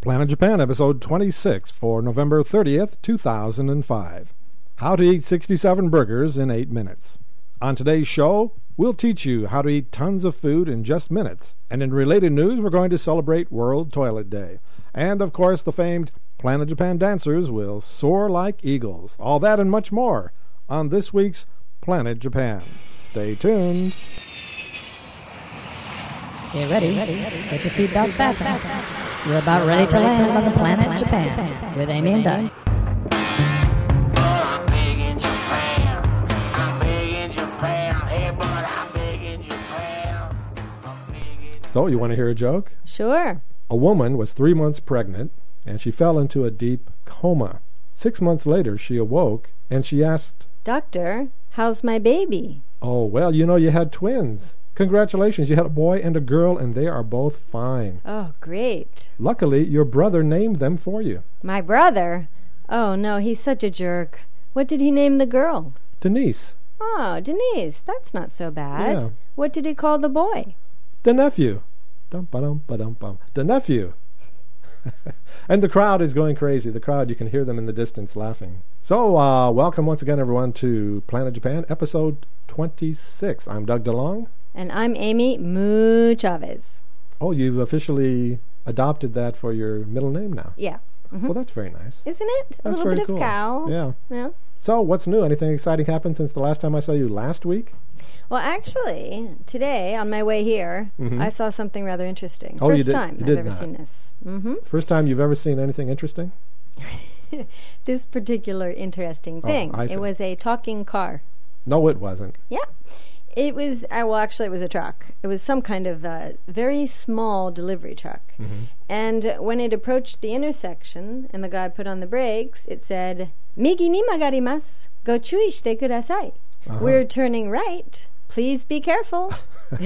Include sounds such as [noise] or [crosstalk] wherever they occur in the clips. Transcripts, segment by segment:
Planet Japan, episode 26 for November 30th, 2005. How to eat 67 burgers in 8 minutes. On today's show, we'll teach you how to eat tons of food in just minutes. And in related news, we're going to celebrate World Toilet Day. And of course, the famed Planet Japan dancers will soar like eagles. All that and much more on this week's Planet Japan. Stay tuned. Get ready. Get your seatbelts fastened. You're about ready to land on the planet Japan with Amy and Doug. I'm big in Japan. I'm big in Japan. Hey, bud, I'm big in Japan. I'm big in So, Oh, you want to hear a joke? Sure. A woman was three months pregnant and she fell into a deep coma. Six months later, she awoke and she asked, Doctor, how's my baby? Oh, well, you know, you had twins. Congratulations, you had a boy and a girl, and they are both fine. Oh, great. Luckily, your brother named them for you My brother? Oh, no, he's such a jerk. What did he name the girl? Denise, Oh, Denise. That's not so bad. Yeah. What did he call the boy? the nephew. Dum ba dum ba dum bum. The nephew. [laughs] and the crowd is going crazy. The crowd, you can hear them in the distance laughing. So, uh, welcome once again, everyone, to Planet Japan, episode 26. I'm Doug DeLong. And I'm Amy Moo Chavez. Oh, you've officially adopted that for your middle name now. Yeah. Well, that's very nice. Isn't it? Mm-hmm. a That's little very bit cool. of cow. Yeah. Yeah. So, what's new? Anything exciting happened since the last time I saw you last week? Well, actually, today on my way here, Mhm. I saw something rather interesting. Oh, you First did- time you I've did ever not. seen this. hmm First time you've ever seen anything interesting? This particular interesting Oh, thing. I see. It was a talking car. No, it wasn't. Yeah. It was, uh, well, actually, it was a truck. It was some kind of uh, very small delivery truck. And when it approached the intersection and the guy put on the brakes, it said, Migi ni magarimasu, go chui shite kudasai. Uh-huh. We're turning right. Please be careful. I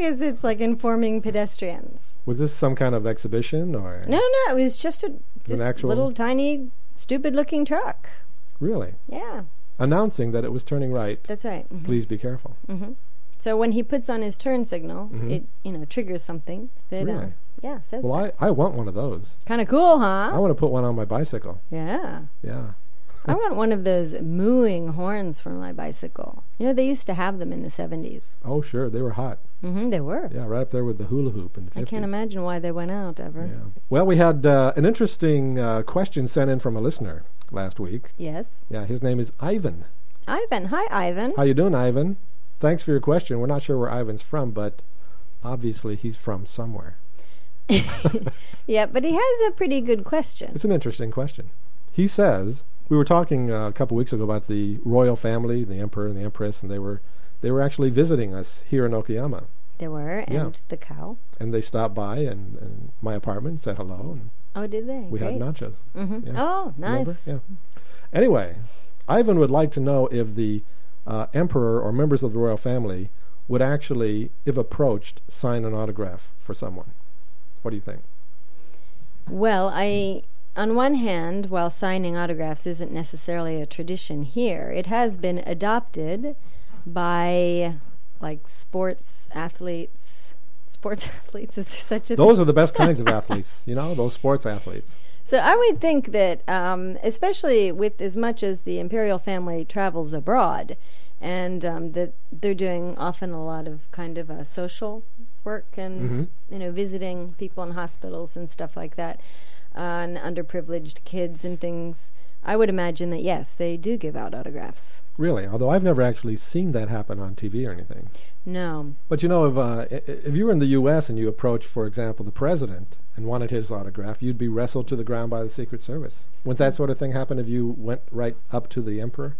guess it's like informing pedestrians. Was this some kind of exhibition or? No, no, it was just a this actual- little tiny, stupid looking truck. Really? Yeah, Announcing that it was turning right. that's right. Mhm. Please be careful. Mm-hmm. So when he puts on his turn signal, it you know triggers something that uh, Mm-hmm. Really? yeah says Well, I, I want one of those. kind of cool, I huh? want to put one on my bicycle. [laughs] yeah, Yeah. I want one of those mooing horns for my bicycle. You know they used to have them in the 70s Oh, sure. They were hot. Mm-hmm, they were. Yeah, right up there with the hula hoop in the 50s. I can't imagine why they went out ever. Yeah. Well, we had uh, an interesting uh, question sent in from a listener last week. Yes, Yeah, his name is Ivan. Ivan. Hi, Ivan. How you doing, Ivan? Thanks for your question. We're not sure where Ivan's from, but obviously he's from somewhere. Yeah, but he has a pretty good question. It's an interesting question. He says we were talking uh, a couple weeks ago about the royal family, the emperor and the empress, and they were they were actually visiting us here in Okayama, They were, and Yeah. the cow. and they stopped by and, and my apartment and said hello, and Oh, did they? we had nachos. hmm Yeah. Oh, Remember? nice. Yeah. Anyway, Ivan would like to know if the uh, emperor or members of the royal family would actually, if approached, sign an autograph for someone. What do you think? Well, I on one hand, while signing autographs isn't necessarily a tradition here, it has been adopted by like sports athletes. Sports [laughs] athletes is there such a thing? Those are the best kinds of athletes, you know, those sports athletes. So I would think that, um, especially with as much as the imperial family travels abroad, and um, that they're doing often a lot of kind of uh, social work and Mhm. you know visiting people in hospitals and stuff like that, uh, and underprivileged kids and things. I would imagine that yes, they do give out autographs. Really, although I've never actually seen that happen on TV or anything. No, But you know, if uh, i- i- if you were in the U.S. and you approached, for example, the president and wanted his autograph, you'd be wrestled to the ground by the Secret Service. Would that sort of thing happen if you went right up to the emperor?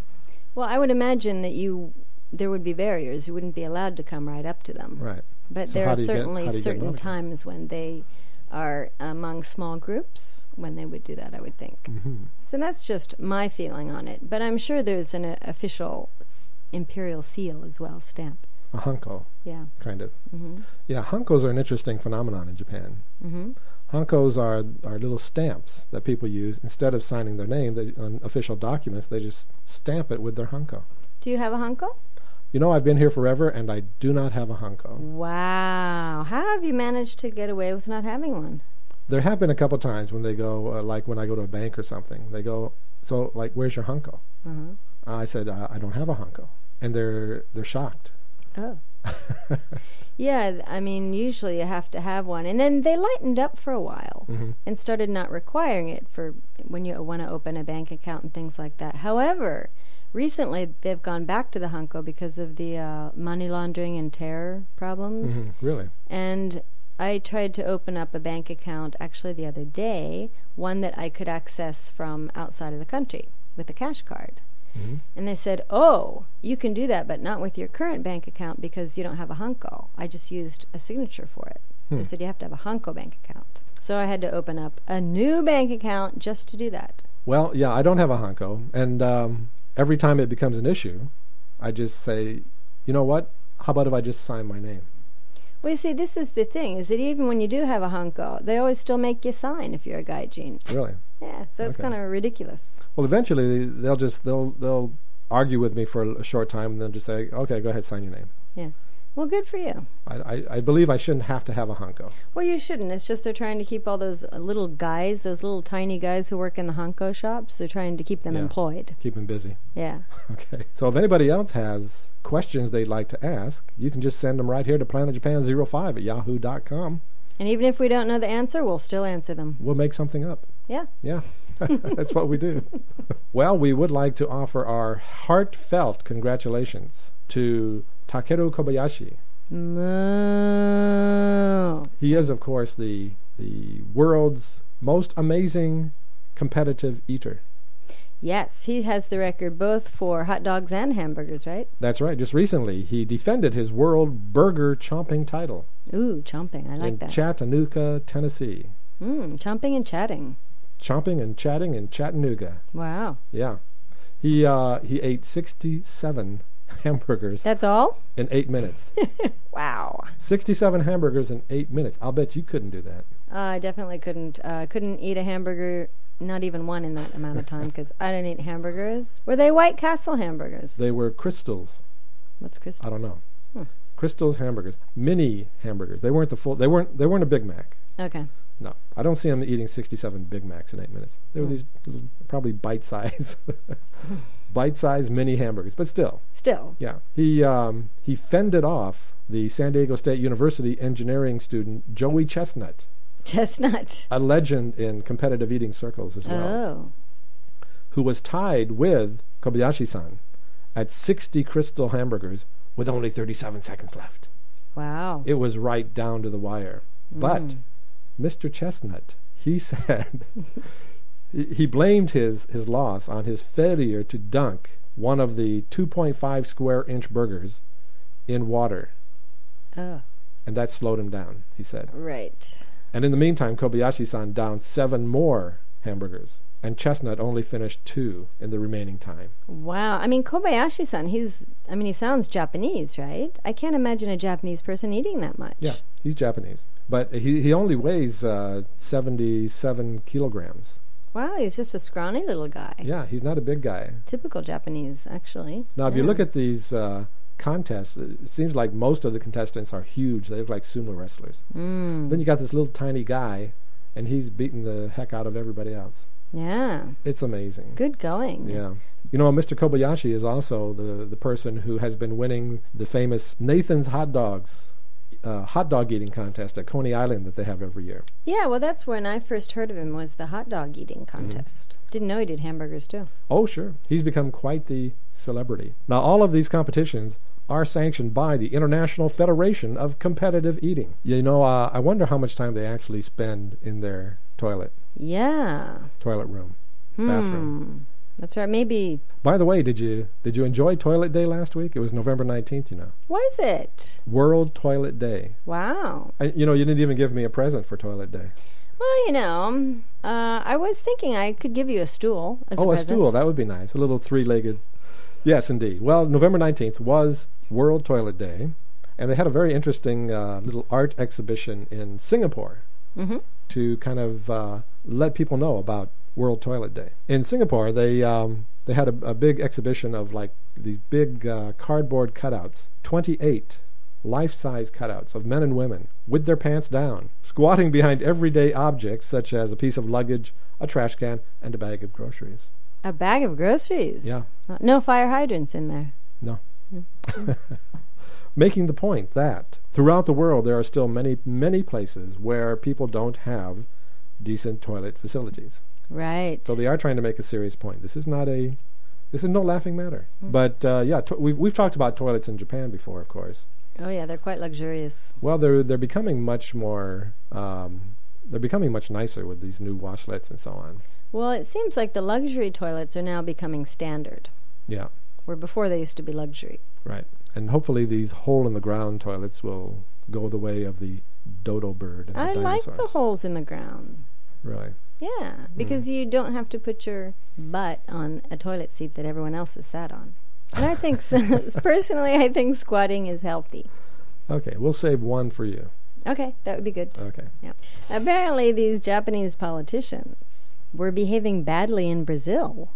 well, I would imagine that you there would be barriers. You wouldn't be allowed to come right up to them. Right. But So there how are do you get- certainly how do you get certain voting? times when they are among small groups when they would do that, I would think. Mm-hmm. So that's just my feeling on it. But I'm sure there's an uh, official s- imperial seal as well, stamp. A hunko. Yeah. kind of. Mhm. Yeah, hankos are an interesting phenomenon in Japan. hmm Hankos are are little stamps that people use instead of signing their name they, on official documents. They just stamp it with their hanko. Do you have a hunko? You know, I've been here forever, and I do not have a hanko. Wow. How have you managed to get away with not having one? There have been a couple times when they go, uh, like when I go to a bank or something, they go, so like, where's your hunko? Uh-huh. I said, uh, I don't have a hunko, and they're they're shocked. [laughs] Oh. yeah, th- I mean, usually you have to have one. And then they lightened up for a while Mhm. and started not requiring it for when you want to open a bank account and things like that. However, recently they've gone back to the Hunko because of the uh, money laundering and terror problems. Mhm, Really? And I tried to open up a bank account actually the other day, one that I could access from outside of the country with a cash card. Mhm. And they said, Oh, you can do that, but not with your current bank account because you don't have a Hunko. I just used a signature for it. Hmm. They said, You have to have a Hunko bank account. So I had to open up a new bank account just to do that. Well, yeah, I don't have a honko, and um, every time it becomes an issue, I just say, you know what? How about if I just sign my name? Well, you see, this is the thing is that even when you do have a Hunko, they always still make you sign if you're a gaijin. Really? Yeah, so it's Okay. kind of ridiculous. Well, eventually they'll just they'll they'll argue with me for a short time, and then just say, okay, go ahead, sign your name. Well, good for you. I, I, I believe I shouldn't have to have a honko. Well, you shouldn't. It's just they're trying to keep all those uh, little guys, those little tiny guys who work in the Honko shops, they're trying to keep them Yeah. employed. Keep them busy. Yeah. Okay. So if anybody else has questions they'd like to ask, you can just send them right here to planetjapan05 at yahoo.com. And even if we don't know the answer, we'll still answer them. We'll make something up. Yeah. Yeah. [laughs] That's what we do. well, we would like to offer our heartfelt congratulations to Takeru Kobayashi. Moo. He is, of course, the the world's most amazing competitive eater. Yes, he has the record both for hot dogs and hamburgers, right? That's right. Just recently, he defended his world burger chomping title Ooh, chomping. I like in that. Chattanooga, Tennessee. mm, chomping and chatting. Chomping and chatting in Chattanooga. Wow. Yeah, he uh, he ate sixty-seven [laughs] hamburgers That's all? in eight [laughs] minutes. Wow. sixty-seven hamburgers in eight minutes. I'll bet you couldn't do that. Uh, I definitely couldn't uh, couldn't eat a hamburger, not even one in that amount of time, because I don't eat hamburgers. Were they White Castle hamburgers? They were crystals. What's Chris? I don't know. Hmm. Crystals hamburgers, mini hamburgers. They weren't the full. They weren't. They weren't a Big Mac. Okay. No, I don't see him eating 67 Big Macs in eight minutes. They were Hmm. these little- probably bite-sized, [laughs] [laughs] bite-sized mini hamburgers. But still, Still. [laughs] yeah, he um, he fended off the San Diego State University engineering student Joey Chestnut, Chestnut. a legend in competitive eating circles as well, Oh. who was tied with Kobayashi-san at 60 crystal hamburgers with only 37 seconds left. Wow. It was right down to the wire. But Mm. Mr. Chestnut, he [laughs] said he he blamed his, his loss on his failure to dunk one of the 2.5 square inch burgers in water, Oh. and that slowed him down, he said. Right. And in the meantime, Kobayashi san downed seven more hamburgers, and Chestnut only finished two in the remaining time. Wow. I mean, Kobayashi san, he's, I mean, he sounds Japanese, right? I can't imagine a Japanese person eating that much. Yeah, he's Japanese. But he, he only weighs uh, 77 kilograms. Wow, he's just a scrawny little guy. Yeah, he's not a big guy. Typical Japanese, actually. Now, if you Yeah. look at these uh, contests, it seems like most of the contestants are huge. They look like sumo wrestlers. Mm. Then you got this little tiny guy, and he's beating the heck out of everybody else. Yeah. It's amazing. Good going. Yeah. You know, Mr. Kobayashi is also the, the person who has been winning the famous Nathan's Hot Dogs uh, hot dog eating contest at Coney Island that they have every year. Yeah, well, that's when I first heard of him was the hot dog eating Mm-hmm. contest. Didn't know he did hamburgers too. Oh, sure. He's become quite the celebrity. Now, all of these competitions are sanctioned by the International Federation of Competitive Eating. You know, uh, I wonder how much time they actually spend in their toilet, Yeah. toilet room, bathroom. Hmm. That's right. Maybe By the way, did you did you enjoy Toilet Day last week? It was November nineteenth. You know, was it? World Toilet Day. Wow. I, you know, you didn't even give me a present for Toilet Day. Well, you know, um, uh, I was thinking I could give you a stool as a oh, a, present. stool. That would be nice. A little three legged. Yes, indeed. Well, November 19th was World Toilet Day, and they had a very interesting uh, little art exhibition in Singapore Mhm. to kind of uh, let people know about World Toilet Day. In Singapore, they. Um, they had a, a big exhibition of like these big uh, cardboard cutouts, 28 life size cutouts of men and women with their pants down, squatting behind everyday objects such as a piece of luggage, a trash can, and a bag of groceries. A bag of groceries. Yeah. Uh, No fire hydrants in there. making the point that throughout the world there are still many, many places where people don't have decent toilet facilities. Right. So they are trying to make a serious point. This is not a, this is no laughing matter. Mm. But uh, yeah, to- we've, we've talked about toilets in Japan before, of course. oh yeah, they're quite luxurious. Well, they're they're becoming much more, um, they're becoming much nicer with these new washlets and so on. Well, it seems like the luxury toilets are now becoming standard, Yeah, where before they used to be luxury. right. And hopefully these hole in the ground toilets will go the way of the dodo bird. And I the like dinosaur. the holes in the ground. really. Yeah, Mm-hmm. because you don't have to put your butt on a toilet seat that everyone else has sat on. And [laughs] I think, [laughs] s personally, I think squatting is healthy. Okay, we'll save one for you. Okay, that would be good. Okay. Apparently, these Japanese politicians were behaving badly in Brazil.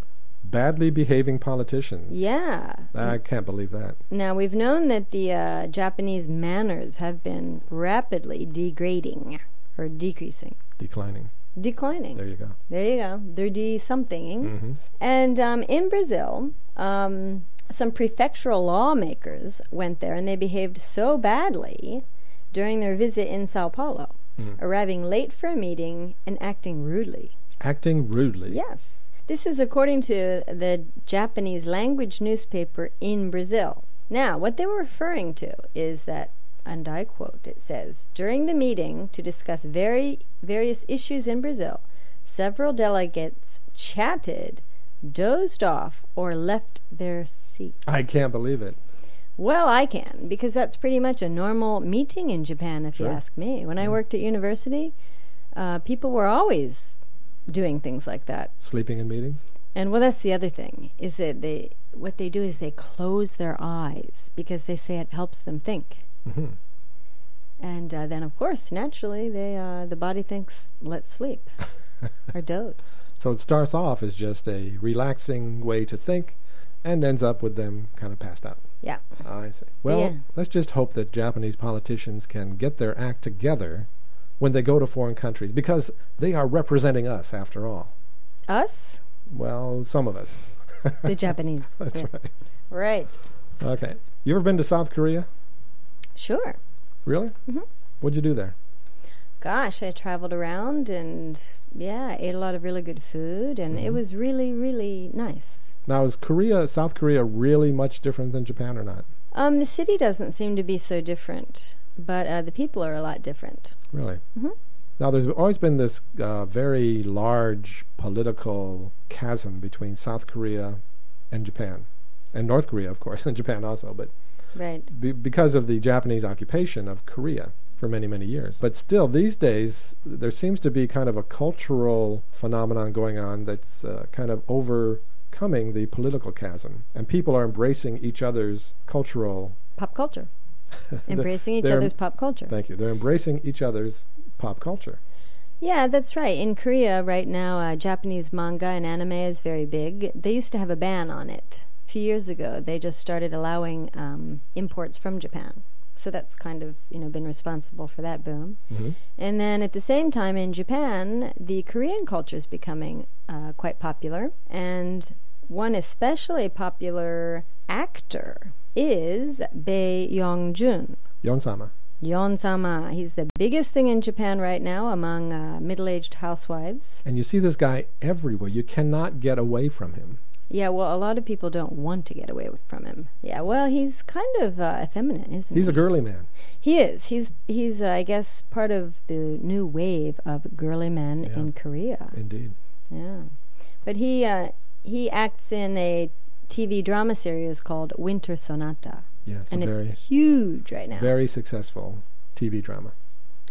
Badly behaving politicians. Yeah. I can't believe that. Now, we've known that the uh, Japanese manners have been rapidly degrading or decreasing. Declining. Declining. There you go. There you go. They're de somethinging. hmm And um, in Brazil, um, some prefectural lawmakers went there and they behaved so badly during their visit in Sao Paulo, Mm. arriving late for a meeting and acting rudely. Acting rudely. Yes. This is according to the Japanese language newspaper in Brazil. Now, what they were referring to is that, and I quote, it says, during the meeting to discuss very various issues in Brazil, several delegates chatted, dozed off, or left their seats. I can't believe it. Well, I can, because that's pretty much a normal meeting in Japan, if Sure. you ask me. When I worked at university, uh, people were always doing things like that. Sleeping in meetings. And well, that's the other thing is that they what they do is they close their eyes because they say it helps them think. hmm And uh, then, of course, naturally, they uh, the body thinks, "Let's sleep [laughs] or doze." So it starts off as just a relaxing way to think and ends up with them kind of passed out. Yeah. I see. Well, Yeah. let's just hope that Japanese politicians can get their act together when they go to foreign countries because they are representing us after all. Us, Well, some of us. [laughs] the Japanese. That's Yeah. right. Right. Okay. You ever been to South Korea? Sure. Really? Mm-hmm. What'd you do there? Gosh, I traveled around and yeah, I ate a lot of really good food, and Mm-hmm. it was really, really nice. Now, is Korea, South Korea, really much different than Japan or not? Um, the city doesn't seem to be so different, but uh, the people are a lot different. Really? Mhm. Now, there's always been this uh, very large political chasm between South Korea and Japan, and North Korea, of course, [laughs] and Japan also, but Right. be- because of the Japanese occupation of Korea for many, many years. But still, these days, there seems to be kind of a cultural phenomenon going on that's uh, kind of overcoming the political chasm, and people are embracing each other's cultural. [laughs] pop culture. Embracing each they're- other's pop culture. Thank you. They're embracing each other's pop culture. Yeah, that's right. In Korea right now, uh, Japanese manga and anime is very big. They used to have a ban on it. A few years ago, they just started allowing um, imports from Japan. So that's kind of, you know, been responsible for that boom. Mhm. And then at the same time in Japan, the Korean culture is becoming uh, quite popular. And one especially popular actor is Bae Yong-jun. Yonsama. Yon-sama. He's the biggest thing in Japan right now among uh, middle-aged housewives. And you see this guy everywhere. You cannot get away from him. Yeah, well, a lot of people don't want to get away with- from him. Yeah, well, he's kind of uh, effeminate, isn't He's he? a girly man. He is. He's he's uh, I guess part of the new wave of girly men Yeah. in Korea. Indeed. Yeah, but he uh, he acts in a TV drama series called Winter Sonata, Yes. and a it's very, huge right now. very successful TV drama.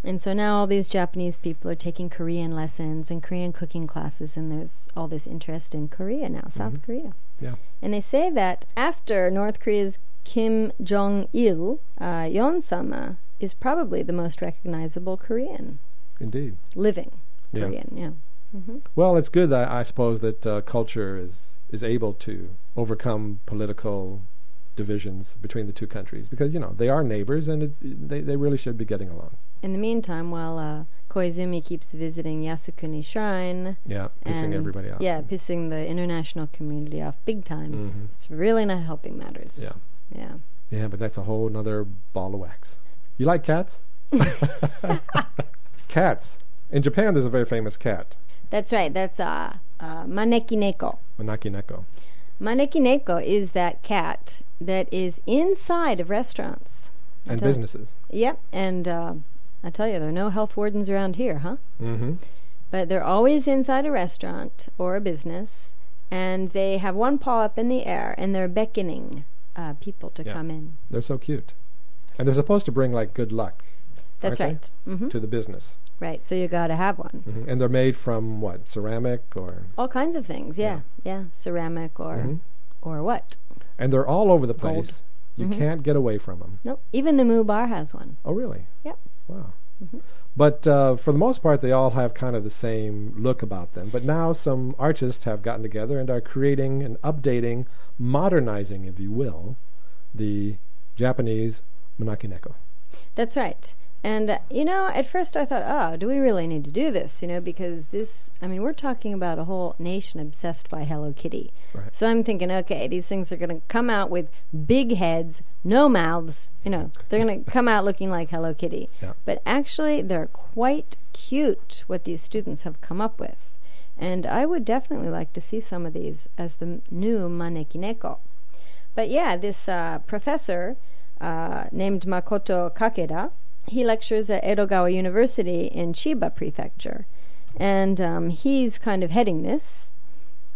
And so now all these Japanese people are taking Korean lessons and Korean cooking classes, and there's all this interest in Korea now, South Korea. Mm-hmm. Yeah. And they say that after North Korea's Kim Jong il, uh, Yon sama is probably the most recognizable Korean, Indeed. living Yeah. Korean, yeah. Well, it's good, I, I suppose, that uh, culture is, is able to overcome political divisions between the two countries because you know they are neighbors and it's, they they really should be getting along. In the meantime, while uh, Koizumi keeps visiting Yasukuni Shrine, Yeah, pissing and- everybody off. Yeah, pissing the international community off big time. Mhm. It's really not helping matters. Yeah. Yeah. Yeah, but that's a whole nother ball of wax. You like [laughs] cats? cats. In Japan, there's a very famous cat, That's right. That's uh, uh, Maneki Neko. Manaki Neko. Maneki Neko is that cat that is inside of restaurants. and Don't- businesses. Yep. And uh, I tell you, there are no health wardens around here, huh? Mm-hmm. But they're always inside a restaurant or a business, and they have one paw up in the air and they're beckoning uh, people to Yeah. come in. They're so cute, and they're supposed to bring like good luck That's Aren't right. hmm to the business. Right. So you got to have one. hmm And they're made from what? Ceramic or? All kinds of things. Yeah. Yeah. Ceramic or Mhm. or what? And they're all over the place. Gold. You Mhm. can't get away from them. Nope. Even the Moo Bar has one. Oh, really? Yep. Mm-hmm. Wow. But uh, for the most part, they all have kind of the same look about them. But now some artists have gotten together and are creating and updating, modernizing, if you will, the Japanese Monakineko. That's right. And, uh, you know, at first I thought, oh, do we really need to do this? You know, because this, I mean, we're talking about a whole nation obsessed by Hello Kitty. Right. So I'm thinking, okay, these things are going to come out with big heads, no mouths. You know, they're [laughs] going to come out looking like Hello Kitty. Yeah. But actually, they're quite cute what these students have come up with. And I would definitely like to see some of these as the m- new Maneki Neko. But yeah, this uh, professor uh, named Makoto Kakeda, he lectures at Edogawa University in Chiba Prefecture. And um, he's kind of heading this,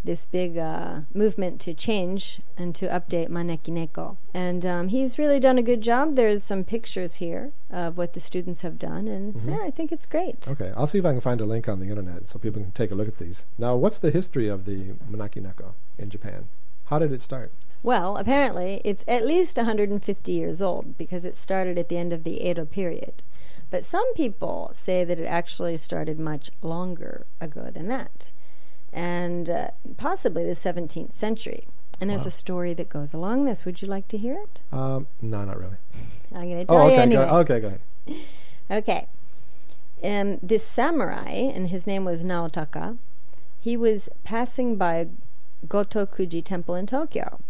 this big uh, movement to change and to update Maneki Neko. And um, he's really done a good job. There's some pictures here of what the students have done. And yeah, I think it's great. Okay, I'll see if I can find a link on the internet so people can take a look at these. Now, what's the history of the Monakineko in Japan? How did it start? Well, apparently, it's at least 150 years old because it started at the end of the Edo period. But some people say that it actually started much longer ago than that, and uh, possibly the 17th century. And there's Wow. a story that goes along this. Would you like to hear it? Um, no, not really. I'm going to tell Oh, you okay, anyway. go, okay, go ahead. Okay. Um, this samurai, and his name was Naotaka, he was passing by Gotokuji Temple in Tokyo.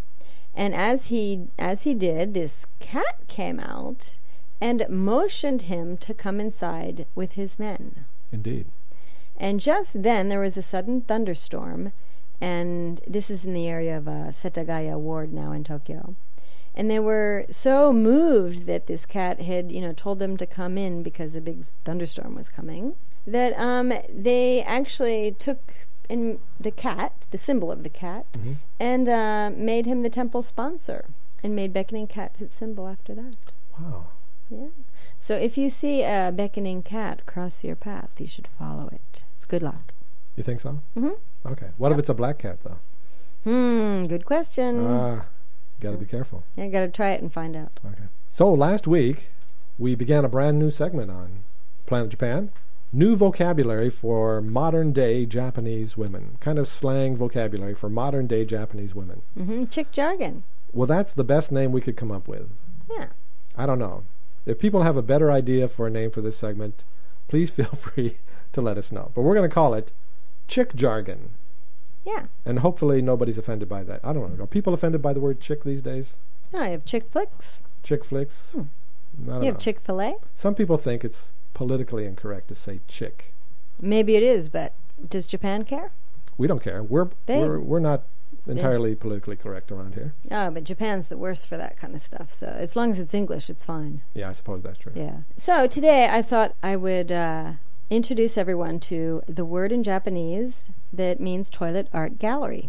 And as he as he did, this cat came out and motioned him to come inside with his men. Indeed. And just then there was a sudden thunderstorm, and this is in the area of uh, Setagaya Ward now in Tokyo. And they were so moved that this cat had, you know, told them to come in because a big thunderstorm was coming that um, they actually took in the cat, the symbol of the cat, Mhm. and uh, made him the temple sponsor and made beckoning cats its symbol after that. Wow. Yeah. So if you see a beckoning cat cross your path, you should follow it. It's good luck. You think so? Mhm. Okay. What if it's a black cat, though? Hmm, good question. Ah, got to be careful. I gotta try it and find out. Okay. So last week, we began a brand new segment on Planet Japan. New vocabulary for modern day Japanese women, kind of slang vocabulary for modern day Japanese women. hmm Chick jargon. Well, that's the best name we could come up with. Yeah. I don't know. If people have a better idea for a name for this segment, please [laughs] feel free to let us know. But we're going to call it Chick Jargon. Yeah. And hopefully nobody's offended by that. I don't know. Are people offended by the word chick these days? Oh, you have chick flicks. Chick flicks? I don't You know. have Hmm. Chick fil A. Some people think it's politically incorrect to say chick. Maybe it is, but does Japan care? We don't care. We're They- we're, we're not entirely politically correct around here. Oh, but Japan's the worst for that kind of stuff. So as long as it's English, it's fine. Yeah, I suppose that's true. Yeah. So today I thought I would uh, introduce everyone to the word in Japanese that means toilet art gallery.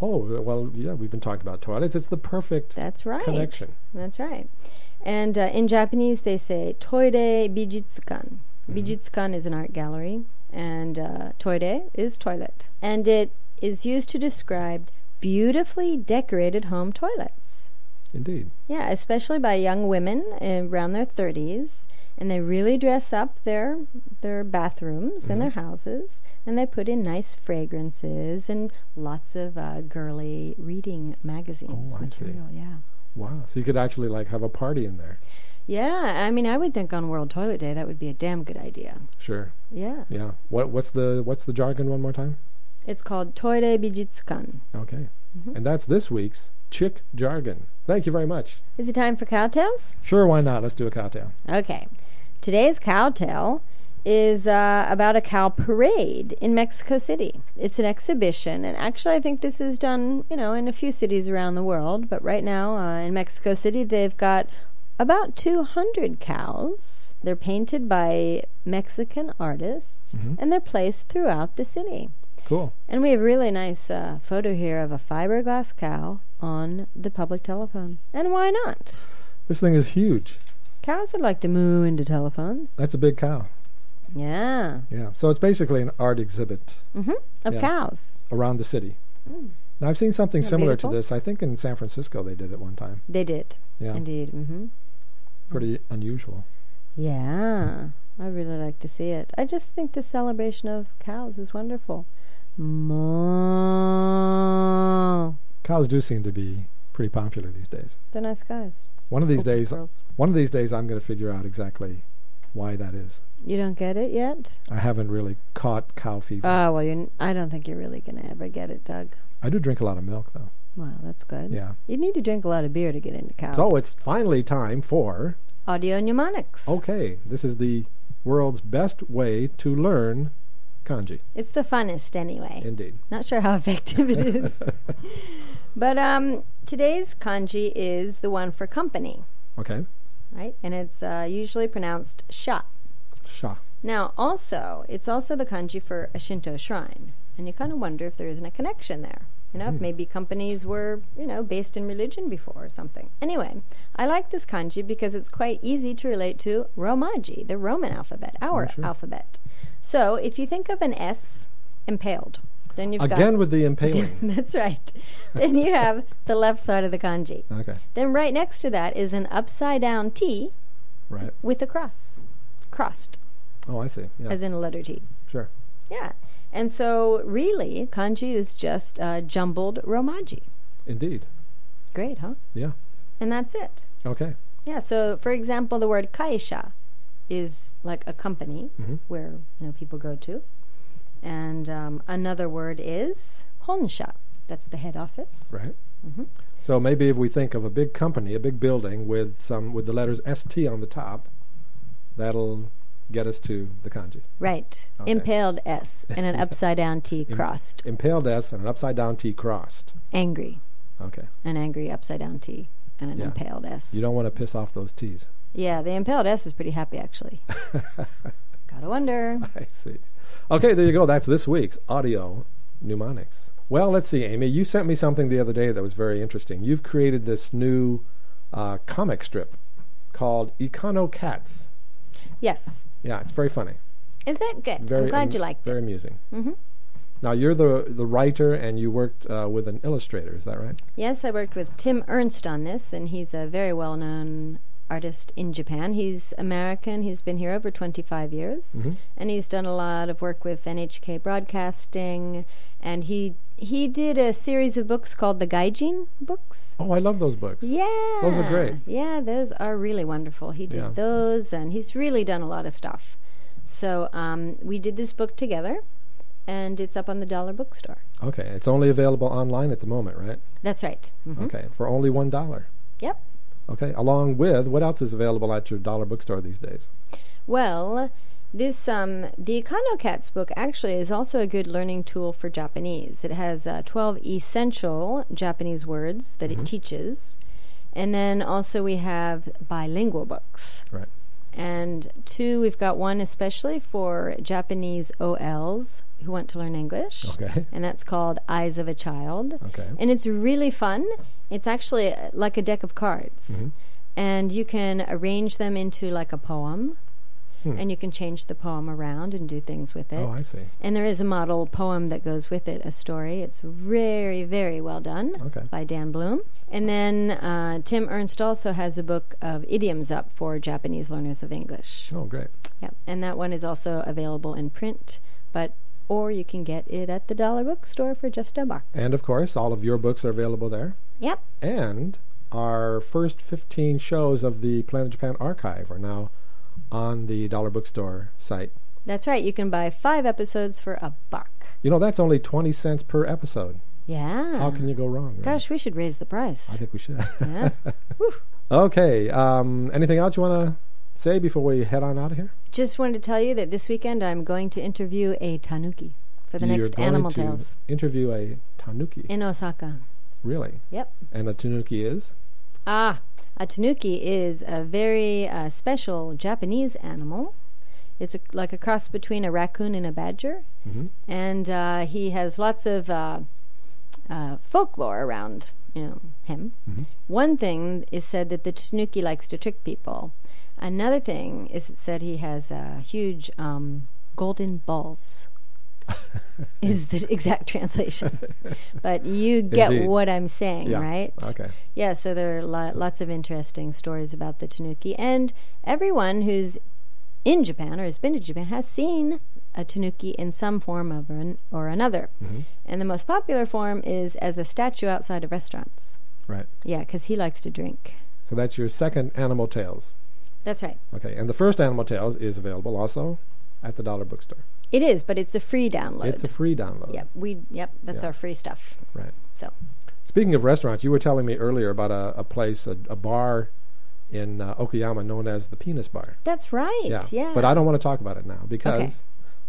Oh, well, yeah, we've been talking about toilets. It's the perfect That's right. connection. That's right. And uh, in Japanese, they say toire bijitsukan. Mm-hmm. Bijitsukan is an art gallery, and uh, toire is toilet. And it is used to describe beautifully decorated home toilets. Indeed. Yeah, especially by young women uh, around their 30s. And they really dress up their their bathrooms and their Mm-hmm. houses, and they put in nice fragrances and lots of uh, girly reading magazines Oh, I see. material. Yeah, Wow. So you could actually like have a party in there. Yeah, I mean, I would think on World Toilet Day that would be a damn good idea. Sure. Yeah. Yeah. What what's the what's the jargon one more time? It's called Toire Bijitsukan. Okay. Mm-hmm. And that's this week's chick jargon. Thank you very much. Is it time for cowtails? Sure, why not? Let's do a cocktail. Okay. Today's cowtail is uh, about a cow parade in Mexico City. It's an exhibition, and actually, I think this is done, you know, in a few cities around the world. But right now, uh, in Mexico City, they've got about 200 cows. They're painted by Mexican artists, and they're placed throughout the city. Cool. And we have a really nice uh, photo here of a fiberglass cow on the public telephone. And why not? This thing is huge. Cows would like to moo into telephones. That's a big cow. Yeah, Yeah. So it's basically an art exhibit of Yeah. cows. around the city. Now I've seen something Yeah, similar beautiful. to this. I think in San Francisco they did it one time. They did, Yeah. indeed. hmm Pretty unusual. Yeah, I really like to see it. I just think the celebration of cows is wonderful. Moo. Cows do seem to be pretty popular these days. They're nice guys. One of these Oh, days girls. one of these days I'm going to figure out exactly why that is. You don't get it yet? I haven't really caught cow fever. Oh, well, you're, n- I don't think you're really going to ever get it, Doug. I do drink a lot of milk though. Wow, that's good. Yeah. You need to drink a lot of beer to get into cows. So it's finally time for Audio mnemonics. okay, this is the world's best way to learn kanji. It's the funnest, anyway. Indeed. Not sure how effective [laughs] it is. but um, today's kanji is the one for company, Okay. right? And it's uh, usually pronounced sha. Sha. Now, also, it's also the kanji for a Shinto shrine. And you kind of wonder if there isn't a connection there. You Hmm. know, if maybe companies were, you know, based in religion before or something. Anyway, I like this kanji because it's quite easy to relate to Romaji, the Roman alphabet, our Oh, sure. alphabet. So if you think of an S impaled, then you've got. Again with [laughs] the impaling. That's right. then you have the left side of the kanji. okay. Then right next to that is an upside down T Right. with a cross, crossed, Oh, I see. Yeah. as in a letter T. Sure. Yeah. And so, really, kanji is just uh, jumbled romaji. Indeed. Great, huh? Yeah. And that's it. Okay. Yeah. So, for example, the word kaisha is like a company Mm-hmm. where you know people go to, and um, another word is honsha. That's the head office. Right. Mm-hmm. So maybe if we think of a big company, a big building with some with the letters ST on the top, that'll get us to the kanji. Right. Okay. Impaled S [laughs] and an upside down T crossed. Impaled S and an upside down T crossed. Angry. Okay. An angry upside down T and an Yeah. impaled S. You don't want to piss off those T's. Yeah, the impaled S is pretty [laughs] happy actually. Gotta wonder. I see. Okay, there you go. That's this week's audio mnemonics. Well, let's see, Amy. You sent me something the other day that was very interesting. You've created this new uh, comic strip called Econo Cats. Yes. Yeah, it's very funny. Is that good? Very, I'm glad am- you liked Very it. amusing. Mm-hmm. Now you're the the writer, and you worked uh, with an illustrator. Is that right? Yes, I worked with Tim Ernst on this, and he's a very well known artist in Japan. He's American, he's been here over 25 years, Mm-hmm. and he's done a lot of work with NHK Broadcasting, and he he did a series of books called the Gaijin books. Oh, I love those books. Yeah. Those are great. Yeah, those are really wonderful. He did Yeah. those, and he's really done a lot of stuff. So um, we did this book together, and it's up on the Dollar Bookstore. Okay, it's only available online at the moment, right? That's right. Mhm. Okay, for only one dollar. Yep. Okay, along with what else is available at your dollar bookstore these days? Well, this um, the EconoCats book actually is also a good learning tool for Japanese. It has uh, twelve essential Japanese words that it teaches, and then also we have bilingual books. Right. And two, we've got one especially for Japanese OLs who want to learn English. Okay. And that's called Eyes of a Child. Okay. And it's really fun. It's actually uh, like a deck of cards. Mm-hmm. And you can arrange them into like a poem. And you can change the poem around and do things with it. Hmm. Oh, I see. And there is a model poem that goes with it, a story. It's very, very well done Okay. by Dan Bloom. And then uh, Tim Ernst also has a book of idioms up for Japanese learners of English. Oh, great. Yep. And that one is also available in print, but or you can get it at the dollar bookstore for just a buck. And of course, all of your books are available there. Yep. And our first 15 shows of the Planet Japan archive are now on the Dollar Bookstore site. That's right. You can buy five episodes for a buck. You know, that's only 20 cents per episode. Yeah. How can you go wrong? really? Hmm. Gosh, we should raise the I price. think we should. [laughs] Yeah. okay. Um, anything else you want to say before we head on out of here? Just wanted to tell you that this weekend I'm going to interview a tanuki for the You're next going Animal to Tales interview a tanuki. in Osaka. really? Yep. And a tanuki is? Ah, a tanuki is a very uh, special Japanese animal. It's a, like a cross between a raccoon and a badger, Mhm. and uh, he has lots of uh, uh, folklore around you know him. Mm-hmm. One thing is said that the tanuki likes to trick people. Another thing is it said he has uh, huge um, golden [laughs] balls. is the exact translation, but you get Indeed. what I'm saying, Yeah. right? Okay. Yeah, so there are lo- lots of interesting stories about the tanuki, and everyone who's in Japan or has been to Japan has seen a tanuki in some form of an, or another. Mm-hmm. And the most popular form is as a statue outside of restaurants. Right. Yeah, because he likes to drink. So that's your second Animal Tales. That's right. Okay. And the first Animal Tales is available also at the Dollar Bookstore. It is, but it's a free download. It's a free download. Yep, we. Yep, that's Yeah. our free stuff. Right. So Speaking of restaurants, you were telling me earlier about a, a place, a, a bar in uh, Okayama known as the Penis Bar. that's right. Yeah. But I don't want to talk about it now because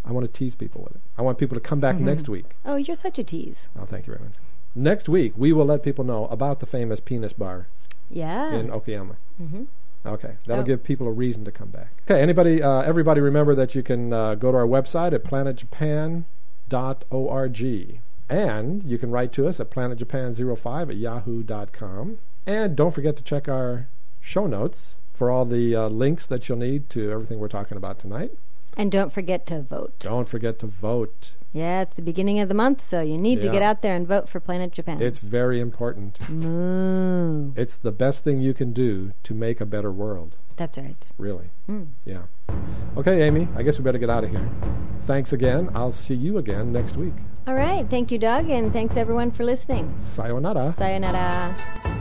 I want to tease people with it. I want people to come back next week. oh, you're such a tease. Oh, thank you, Raymond. Next week, we will let people know about the famous Penis Bar Yeah. in Okayama. Mhm. Okay, that'll Oh. give people a reason to come back. Okay, anybody, uh, everybody, remember that you can uh, go to our website at planetjapan.org, and you can write to us at planetjapan05 at yahoo.com, and don't forget to check our show notes for all the uh, links that you'll need to everything we're talking about tonight. and don't forget to vote. Don't forget to vote; Yeah, it's the beginning of the month, so you need to Yeah. get out there and vote for Planet Japan. it's very important. Moo. It's the best thing you can do to make a better world. That's right. Really? Mm. Yeah. Okay, Amy, I guess we better get out of here. Thanks again. I'll see you again next week. All right. Thank you, Doug, and thanks everyone for listening. Sayonara. Sayonara.